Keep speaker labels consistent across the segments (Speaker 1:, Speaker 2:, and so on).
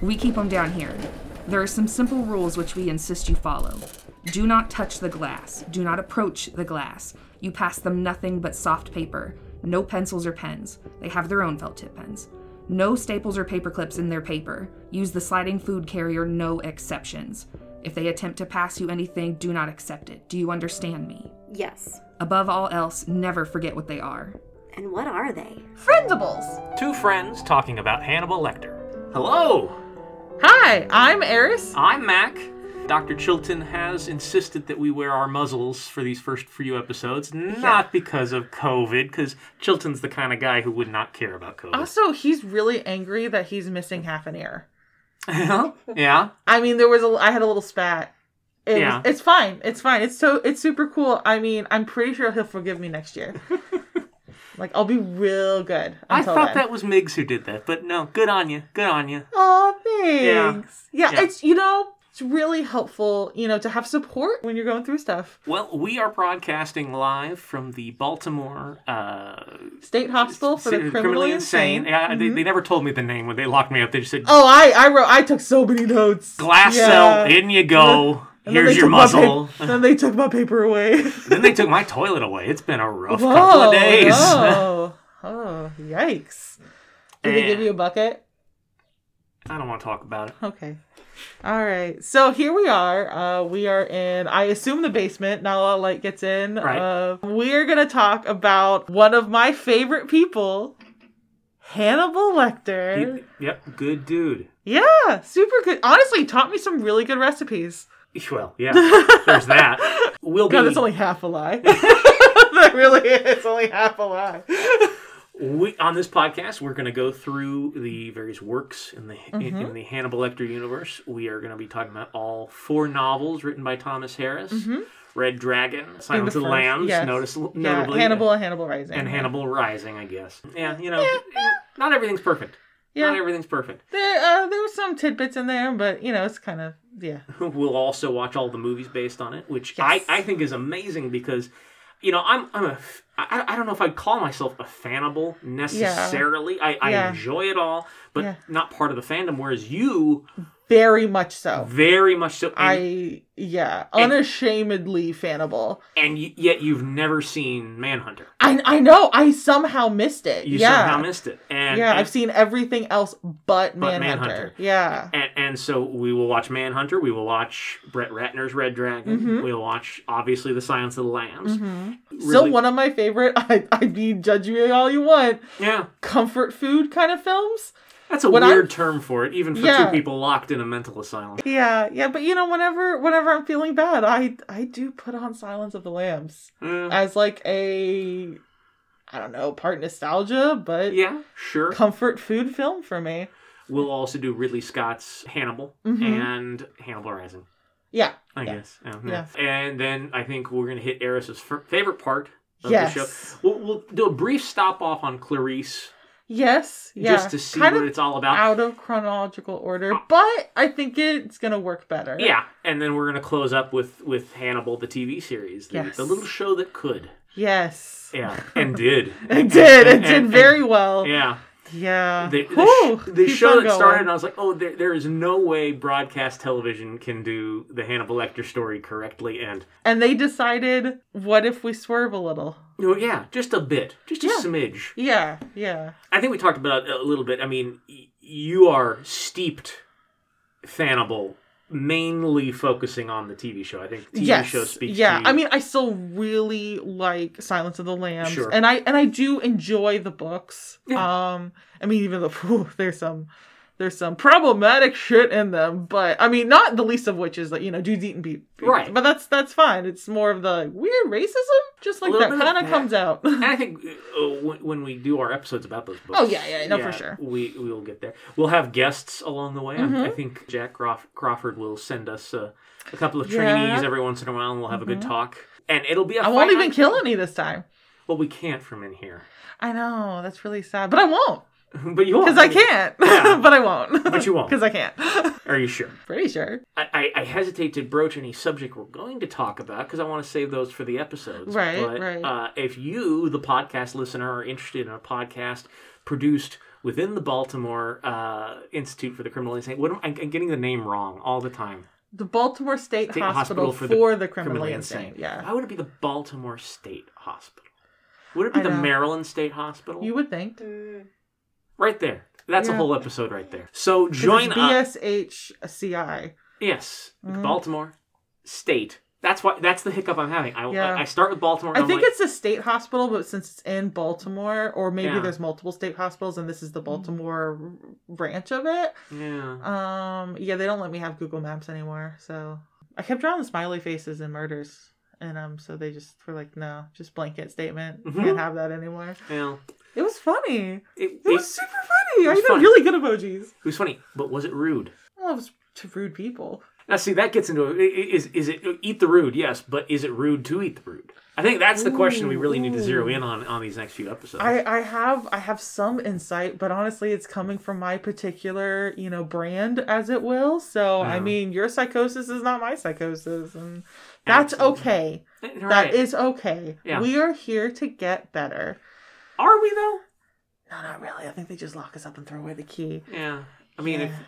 Speaker 1: We keep them down here. There are some simple rules which we insist you follow. Do not touch the glass. Do not approach the glass. You pass them nothing but soft paper. No pencils or pens. They have their own felt tip pens. No staples or paper clips in their paper. Use the sliding food carrier, no exceptions. If they attempt to pass you anything, do not accept it. Do you understand me?
Speaker 2: Yes.
Speaker 1: Above all else, never forget what they are.
Speaker 2: And what are they?
Speaker 3: Friendables!
Speaker 4: Two friends talking about Hannibal Lecter. Hello!
Speaker 3: Hi, I'm Eris.
Speaker 4: I'm Mac. Dr. Chilton has insisted that we wear our muzzles for these first few episodes, not because of COVID, because Chilton's the kind of guy who would not care about COVID.
Speaker 3: Also, he's really angry that he's missing half an ear.
Speaker 4: yeah.
Speaker 3: I mean, there was a I had a little spat. It
Speaker 4: Yeah.
Speaker 3: was, it's fine. It's fine. It's so it's super cool. I mean, I'm pretty sure he'll forgive me next year. like I'll be real good. Until
Speaker 4: I thought
Speaker 3: then.
Speaker 4: that was Miggs who did that, but no, good on you. Good on you.
Speaker 3: Oh, thanks. Yeah.
Speaker 4: Yeah.
Speaker 3: it's you know, it's really helpful, you know, to have support when you're going through stuff.
Speaker 4: Well, we are broadcasting live from the Baltimore uh,
Speaker 3: State hospital Oh, for the
Speaker 4: Criminally
Speaker 3: criminally,
Speaker 4: Insane.
Speaker 3: insane. Mm-hmm.
Speaker 4: Yeah, they, they never told me the name when they locked me up. They just said,
Speaker 3: Oh, I I wrote I took so many notes.
Speaker 4: glass
Speaker 3: Yeah.
Speaker 4: cell, in you go.
Speaker 3: And then
Speaker 4: Here's
Speaker 3: they
Speaker 4: your
Speaker 3: took my pap-
Speaker 4: muzzle.
Speaker 3: then they took my paper away.
Speaker 4: then they took my toilet away. It's been a rough
Speaker 3: Whoa,
Speaker 4: couple of days.
Speaker 3: no. Oh, yikes. Did they give
Speaker 4: Eh.
Speaker 3: you a bucket?
Speaker 4: I don't want to talk about it.
Speaker 3: Okay. All right. So here we are. Uh, we are in, I assume, the basement. Not a lot of light gets in.
Speaker 4: Right.
Speaker 3: Uh, we're going to talk about one of my favorite people, Hannibal Lecter.
Speaker 4: He- yep, good dude.
Speaker 3: yeah. Super good. Honestly, he taught me some really good recipes.
Speaker 4: Well, yeah, there's that. We'll be
Speaker 3: God, that's only half a lie. that really is only half a lie.
Speaker 4: we, on this podcast. We're going to go through the various works in the
Speaker 3: Mm-hmm.
Speaker 4: in, in the Hannibal Lecter universe. We are going to be talking about all four novels written by Thomas Harris: Red Dragon, Silence
Speaker 3: Mm-hmm. the
Speaker 4: of the
Speaker 3: first-
Speaker 4: Lambs,
Speaker 3: yes.
Speaker 4: notice,
Speaker 3: Yeah,
Speaker 4: notably,
Speaker 3: Hannibal and Hannibal Rising.
Speaker 4: and
Speaker 3: Yeah.
Speaker 4: Hannibal Rising. I guess. Yeah, you know, not everything's perfect. Not
Speaker 3: Yeah.
Speaker 4: everything's perfect.
Speaker 3: There, uh, there was some tidbits in there, but you know, it's kind of yeah.
Speaker 4: We'll also watch all the movies based on it, which
Speaker 3: Yes.
Speaker 4: I, I think is amazing because, you know, I'm I'm a f- I, I don't know if I'd call myself a fanable necessarily. I, I
Speaker 3: Yeah.
Speaker 4: enjoy it all, but
Speaker 3: Yeah.
Speaker 4: not part of the fandom. Whereas you,
Speaker 3: Very much so.
Speaker 4: very much so, and,
Speaker 3: I yeah, unashamedly fanable.
Speaker 4: and y- yet you've never seen Manhunter.
Speaker 3: I I know. I somehow missed it.
Speaker 4: You
Speaker 3: yeah.
Speaker 4: somehow missed it. And
Speaker 3: yeah,
Speaker 4: and,
Speaker 3: I've seen everything else but, Manhunter.
Speaker 4: Manhunter.
Speaker 3: Yeah.
Speaker 4: And, and so we will watch Manhunter. We will watch Brett Ratner's Red Dragon.
Speaker 3: Mm-hmm.
Speaker 4: We'll watch obviously the Silence of the Lambs.
Speaker 3: Still
Speaker 4: Really-
Speaker 3: one of my favorite. I I mean, judge me all you want.
Speaker 4: Yeah,
Speaker 3: Comfort food kind of films.
Speaker 4: that's a
Speaker 3: When
Speaker 4: weird term for it, even for
Speaker 3: Yeah.
Speaker 4: two people locked in a mental asylum.
Speaker 3: Yeah, yeah, but you know, whenever whenever I'm feeling bad, I I do put on Silence of the Lambs
Speaker 4: Mm.
Speaker 3: as like a I don't know, part nostalgia, but
Speaker 4: Yeah, sure.
Speaker 3: comfort food film for me.
Speaker 4: We'll also do Ridley Scott's Hannibal and Hannibal Rising,
Speaker 3: Yeah.
Speaker 4: I
Speaker 3: Mm-hmm. Yeah.
Speaker 4: guess. Yeah, yeah. And then I think we're going to hit Eris's f- favorite part of
Speaker 3: Yes.
Speaker 4: the show. We'll, we'll do a brief stop off on Clarice
Speaker 3: Yes. Yeah.
Speaker 4: just to see
Speaker 3: kind
Speaker 4: what
Speaker 3: of
Speaker 4: it's all about.
Speaker 3: out of chronological order, but I think it's gonna work better.
Speaker 4: Yeah, and then we're going to close up with, with Hannibal, the TV series, the,
Speaker 3: Yes.
Speaker 4: the little show that could.
Speaker 3: Yes.
Speaker 4: Yeah, and did.
Speaker 3: It did. It
Speaker 4: And-
Speaker 3: did
Speaker 4: and-
Speaker 3: very well.
Speaker 4: Yeah.
Speaker 3: Yeah.
Speaker 4: The, the,
Speaker 3: Whew,
Speaker 4: sh- the
Speaker 3: keep
Speaker 4: show
Speaker 3: on
Speaker 4: that
Speaker 3: going.
Speaker 4: started, and I was like, oh, there, there is no way broadcast television can do the Hannibal Lecter story correctly. And,
Speaker 3: and they decided, what if we swerve a little?
Speaker 4: oh, yeah, just a bit, just a
Speaker 3: Yeah.
Speaker 4: smidge.
Speaker 3: Yeah. Yeah.
Speaker 4: I think we talked about it a little bit. I mean, y- you are steeped Hannibal, mainly focusing on the TV show. I think the TV
Speaker 3: yes.
Speaker 4: show speaks
Speaker 3: yeah.
Speaker 4: to you.
Speaker 3: I mean, I still really like Silence of the Lambs,
Speaker 4: Sure.
Speaker 3: and I and I do enjoy the books.
Speaker 4: Yeah.
Speaker 3: Um, I mean, even though whew, there's some there's some problematic shit in them, but I mean, not the least of which is that you know dudes eating beef,
Speaker 4: Right.
Speaker 3: But that's that's fine. It's more of the weird racism, just like
Speaker 4: little
Speaker 3: that
Speaker 4: bit of
Speaker 3: kind of
Speaker 4: that.
Speaker 3: comes out.
Speaker 4: And I think uh, when, when we do our episodes about those books,
Speaker 3: Oh, yeah, yeah, no, for sure. Mm-hmm.
Speaker 4: we we will get there. We'll have guests along the way. I- I, think Jack Crawf- Crawford will send us uh, a couple of trainees
Speaker 3: Yeah. Mm-hmm.
Speaker 4: every once in a while, and we'll have a good talk. And it'll be a
Speaker 3: I won't
Speaker 4: fine
Speaker 3: even
Speaker 4: night.
Speaker 3: kill any this time.
Speaker 4: Well, we can't from in here,
Speaker 3: I know that's really sad, but I won't
Speaker 4: but you won't
Speaker 3: because I can't.
Speaker 4: Yeah.
Speaker 3: but I won't.
Speaker 4: But you won't.
Speaker 3: because I can't.
Speaker 4: Are you sure?
Speaker 3: Pretty sure.
Speaker 4: I, I, I hesitate to broach any subject we're going to talk about because I want to save those for the episodes.
Speaker 3: Right,
Speaker 4: but,
Speaker 3: right.
Speaker 4: Uh, if you, the podcast listener, are interested in a podcast produced within the Baltimore uh, Institute for the Criminal Insane. What am I, I'm getting the name wrong all the time?
Speaker 3: The Baltimore State,
Speaker 4: State
Speaker 3: Hospital,
Speaker 4: Hospital
Speaker 3: for,
Speaker 4: for
Speaker 3: the,
Speaker 4: the
Speaker 3: criminally, insane. Yeah,
Speaker 4: Why would it be the Baltimore State Hospital? Would it be
Speaker 3: I
Speaker 4: the
Speaker 3: know.
Speaker 4: Maryland State Hospital?
Speaker 3: you would think.
Speaker 4: Right there. That's
Speaker 3: Yeah.
Speaker 4: a whole episode right there. So join
Speaker 3: it's
Speaker 4: us.
Speaker 3: BSHCI.
Speaker 4: Yes,
Speaker 3: Mm-hmm.
Speaker 4: Baltimore State. That's why. That's the hiccup I'm having. I,
Speaker 3: Yeah.
Speaker 4: I, I start with Baltimore. And
Speaker 3: I
Speaker 4: I'm
Speaker 3: think
Speaker 4: like,
Speaker 3: it's a state hospital, but since it's in Baltimore, or maybe
Speaker 4: Yeah.
Speaker 3: there's multiple state hospitals, and this is the Baltimore branch of it.
Speaker 4: yeah.
Speaker 3: Um, yeah, they don't let me have Google Maps anymore, so I kept drawing the smiley faces and murders, and um, so they just were like, no, just blanket statement,
Speaker 4: Mm-hmm.
Speaker 3: can't have that anymore.
Speaker 4: Well,
Speaker 3: It was funny.
Speaker 4: it,
Speaker 3: It was
Speaker 4: it-
Speaker 3: super funny. I
Speaker 4: was
Speaker 3: had
Speaker 4: funny.
Speaker 3: really good emojis.
Speaker 4: it was funny, but was it rude?
Speaker 3: Well, it was to rude people.
Speaker 4: Now, see, that gets into i- i- is is it eat the rude? Yes, but is it rude to eat the rude? I think that's the question we really need to zero in on on these next few episodes.
Speaker 3: I, I have I have some insight, but honestly, it's coming from my particular you know brand, as it will. So I
Speaker 4: Yeah.
Speaker 3: mean, your psychosis is not my psychosis, and that's okay.
Speaker 4: All
Speaker 3: That
Speaker 4: Eh, right.
Speaker 3: is okay.
Speaker 4: Yeah.
Speaker 3: We are here to get better.
Speaker 4: Are we though?
Speaker 3: No, not really. I think they just lock us up and throw away the key.
Speaker 4: Yeah. I mean, if
Speaker 3: Yeah.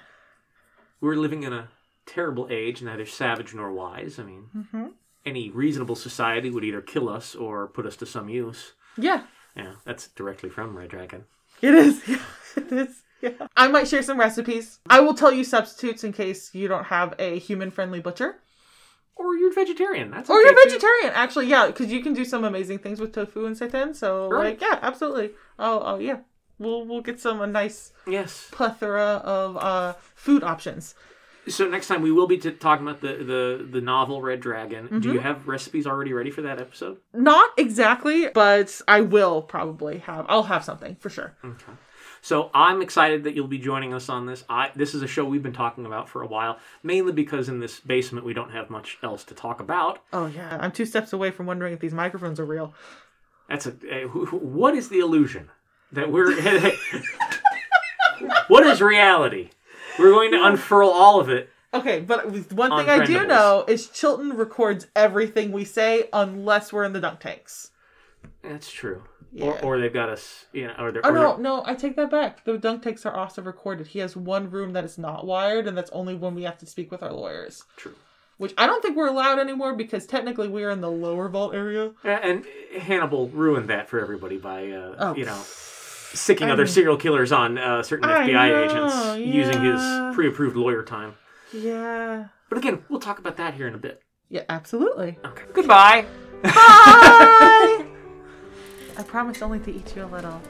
Speaker 4: we're living in a terrible age, neither savage nor wise. I mean,
Speaker 3: Mm-hmm.
Speaker 4: any reasonable society would either kill us or put us to some use.
Speaker 3: Yeah,
Speaker 4: Yeah, that's directly from Red Dragon.
Speaker 3: it is. it is. Yeah. I might share some recipes. I will tell you substitutes in case you don't have a human-friendly butcher.
Speaker 4: Or you're vegetarian. That's
Speaker 3: Or Oh,
Speaker 4: okay,
Speaker 3: you're
Speaker 4: too.
Speaker 3: vegetarian, actually, yeah, because you can do some amazing things with tofu and seitan. So,
Speaker 4: Right.
Speaker 3: like, yeah, absolutely. Oh, oh, yeah, we'll we'll get some a nice
Speaker 4: Yes.
Speaker 3: plethora of uh, food options.
Speaker 4: So next time we will be t- talking about the, the the novel Red Dragon. Do you have recipes already ready for that episode?
Speaker 3: Not exactly, but I will probably have. I'll have something for sure.
Speaker 4: Hmm. So I'm excited that you'll be joining us on this. I this is a show we've been talking about for a while, mainly because in this basement we don't have much else to talk about.
Speaker 3: Oh yeah, I'm two steps away from wondering if these microphones are real.
Speaker 4: That's a, a wh- wh- what is the illusion that we're what is reality? We're going to unfurl all of it.
Speaker 3: Okay, but one
Speaker 4: On
Speaker 3: thing I do
Speaker 4: Prendables.
Speaker 3: know is Chilton records everything we say unless we're in the dunk tanks.
Speaker 4: That's true.
Speaker 3: Yeah.
Speaker 4: Or, or they've got us, you know, or they're,
Speaker 3: Oh
Speaker 4: or
Speaker 3: no, no, I take that back. The dunk takes are also recorded. He has one room that is not wired, and that's only when we have to speak with our lawyers.
Speaker 4: True.
Speaker 3: Which I don't think we're allowed anymore because technically we are in the lower vault area.
Speaker 4: Yeah, And Hannibal ruined that for everybody by, uh,
Speaker 3: Oh.
Speaker 4: you know, sicking other serial killers on uh, certain
Speaker 3: I
Speaker 4: FBI
Speaker 3: know,
Speaker 4: agents using
Speaker 3: yeah.
Speaker 4: his pre approved lawyer time.
Speaker 3: Yeah.
Speaker 4: But again, we'll talk about that here in a bit.
Speaker 3: Yeah, absolutely.
Speaker 4: Okay. Goodbye.
Speaker 3: Bye! I promised only to eat you a little.